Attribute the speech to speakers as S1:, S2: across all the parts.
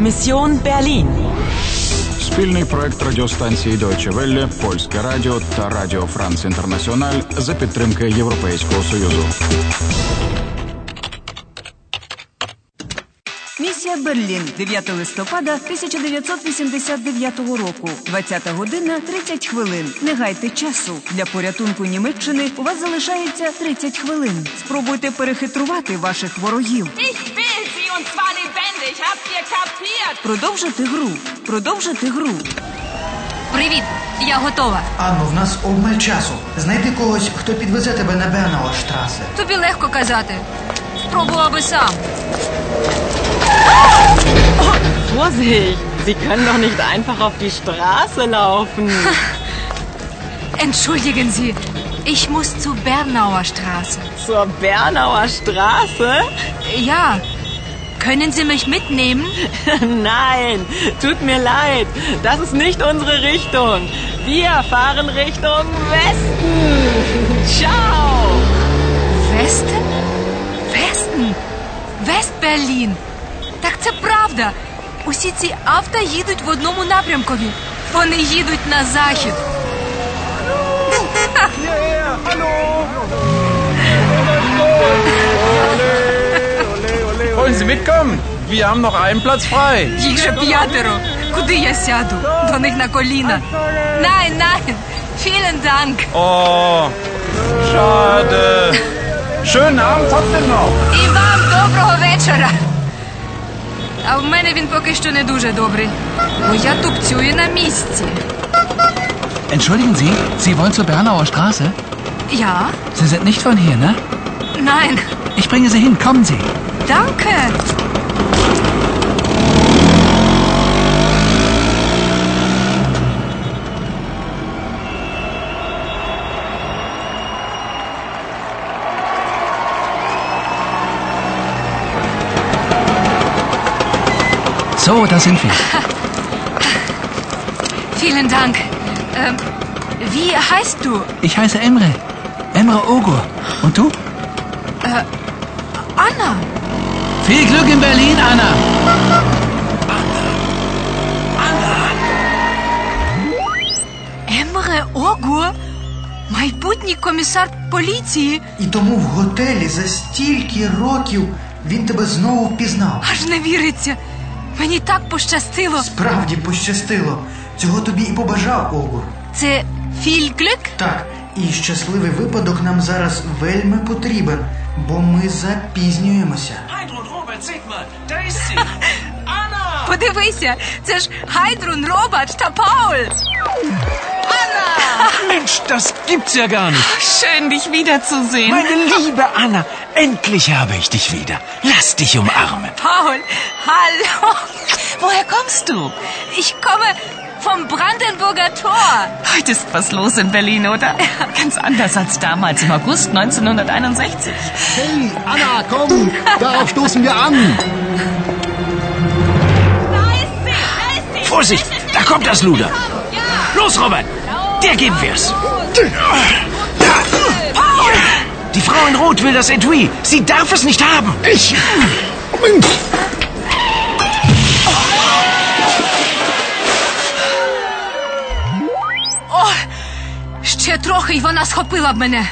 S1: Mission Berlin.
S2: Спільний проект радіостанції Deutsche Welle, Польське Радіо та Радіо Франц Інтернаціональ за підтримки Європейського Союзу.
S3: Місія Берлін 9 листопада 1989 року, 20 година 30 хвилин. Не гайте часу для порятунку Німеччини. У вас залишається 30 хвилин. Спробуйте перехитрувати ваших ворогів.
S4: Ich will sie und zwar lebendig. Habt ihr kapiert?
S3: Продовжити гру. Продовжити гру.
S5: Привіт, я готова.
S6: Анно, в нас обмаль часу. Знайди когось, хто підвезе тебе на Бернауа штрасе.
S5: Тобі легко казати. Спробував би сам.
S1: Vorsicht, Sie können doch nicht einfach auf die Straße laufen.
S5: Entschuldigen Sie, ich muss zu Bernauer Straße.
S1: Zur Bernauer Straße?
S5: Ja, können Sie mich mitnehmen?
S1: Nein, tut mir leid. Das ist nicht unsere Richtung. Wir fahren Richtung Westen. Ciao.
S5: Westen? Westen? Вест-Берлін. Так це правда. Усі ці авто їдуть в одному напрямкові. Вони їдуть на захід.
S7: Wollen Sie mitkommen? Wir haben noch einen Platz frei.
S5: Їх же п'ятеро. Куди я сяду? До них на коліна. Nein, nein. Vielen Dank.
S7: Oh, schade. Schönen Abend trotzdem noch.
S5: І вам доброго вечора. А в мене він поки що не дуже добрий, бо я тупцюю на місці.
S8: Entschuldigen Sie, Sie wollen zur Bernauer Straße?
S5: Я?
S8: Sie sind nicht von hier, ne?
S5: Nein.
S8: Ich bringe Sie hin, kommen Sie.
S5: Danke.
S8: So, da sind wir.
S5: Vielen Dank. Ähm, wie heißt du?
S8: Ich heiße Emre. Emre Ogur. Und du?
S5: Anna.
S8: Viel Glück in Berlin, Anna.
S5: Емре Огур? Майбутній комісар поліції
S6: І тому в готелі за стільки років він тебе знову впізнав.
S5: аж не віриться. Мені так пощастило.
S6: Справді пощастило. Цього тобі і побажав Огур.
S5: Це фільклик?
S6: Так, і щасливий випадок нам зараз вельми потрібен, бо ми запізнюємося.
S5: Подивися, це ж Гайдрун, Робач та Пауль.
S9: Mensch, das gibt's ja gar nicht.
S1: Schön, dich wiederzusehen.
S9: Meine liebe Anna, endlich habe ich dich wieder. Lass dich umarmen.
S5: Paul, hallo.
S4: Woher kommst du?
S5: Ich komme vom Brandenburger Tor.
S4: Heute ist was los in Berlin, oder? Ganz anders als damals im August 1961.
S10: Hey, Anna, komm, darauf stoßen wir an.
S4: Da ist sie, da ist sie.
S9: Vorsicht, da kommt das Luder. Los, Robert, der geben wir's. Die Frau in Rot will das Etui. Sie darf es nicht haben.
S10: Ich.
S5: О, ще трохи й вона схопила б мене.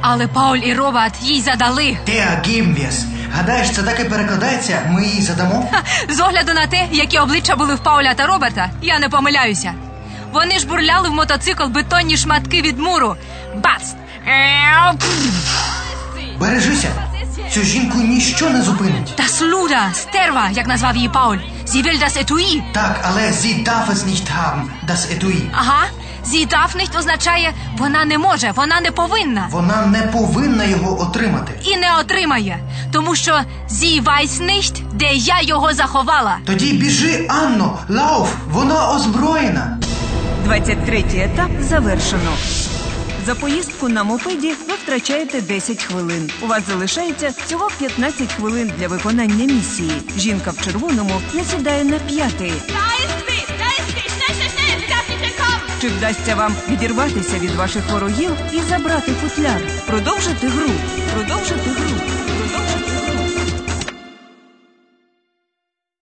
S5: Але Пауль і Робат їй задали.
S6: Теа Гімбіс. Гадаєш, це так і перекладається? Ми її задамо?
S5: Ха, З огляду на те, які обличчя були в Пауля та Роберта, я не помиляюся. Вони ж бурляли в мотоцикл бетонні шматки від муру. Бац! Еу, пф,
S6: Бережися. Цю жінку ніщо не зупинить.
S5: Та слуда, стерва, як назвав її Пауль. Sie will das Etui.
S6: Так, але sie darf es nicht haben, das Etui.
S5: Ага, sie darf nicht означає вона не може, вона не повинна.
S6: Вона не повинна його отримати.
S5: і не отримає, тому що зі weiß nicht, де я його заховала.
S6: Тоді біжи, Анно, лауф, вона озброєна.
S3: 23-й етап завершено. За поїздку на мопеді ви втрачаєте 10 хвилин. У вас залишається всього 15 хвилин для виконання місії. Жінка в червоному не сідає на п'ятий.
S4: Da ist sie, da ist sie. Schnell, schnell, schnell. Sie darf nicht entkommen.
S3: Чи вдасться вам відірватися від ваших ворогів і забрати футляр? Продовжити гру. Продовжити гру.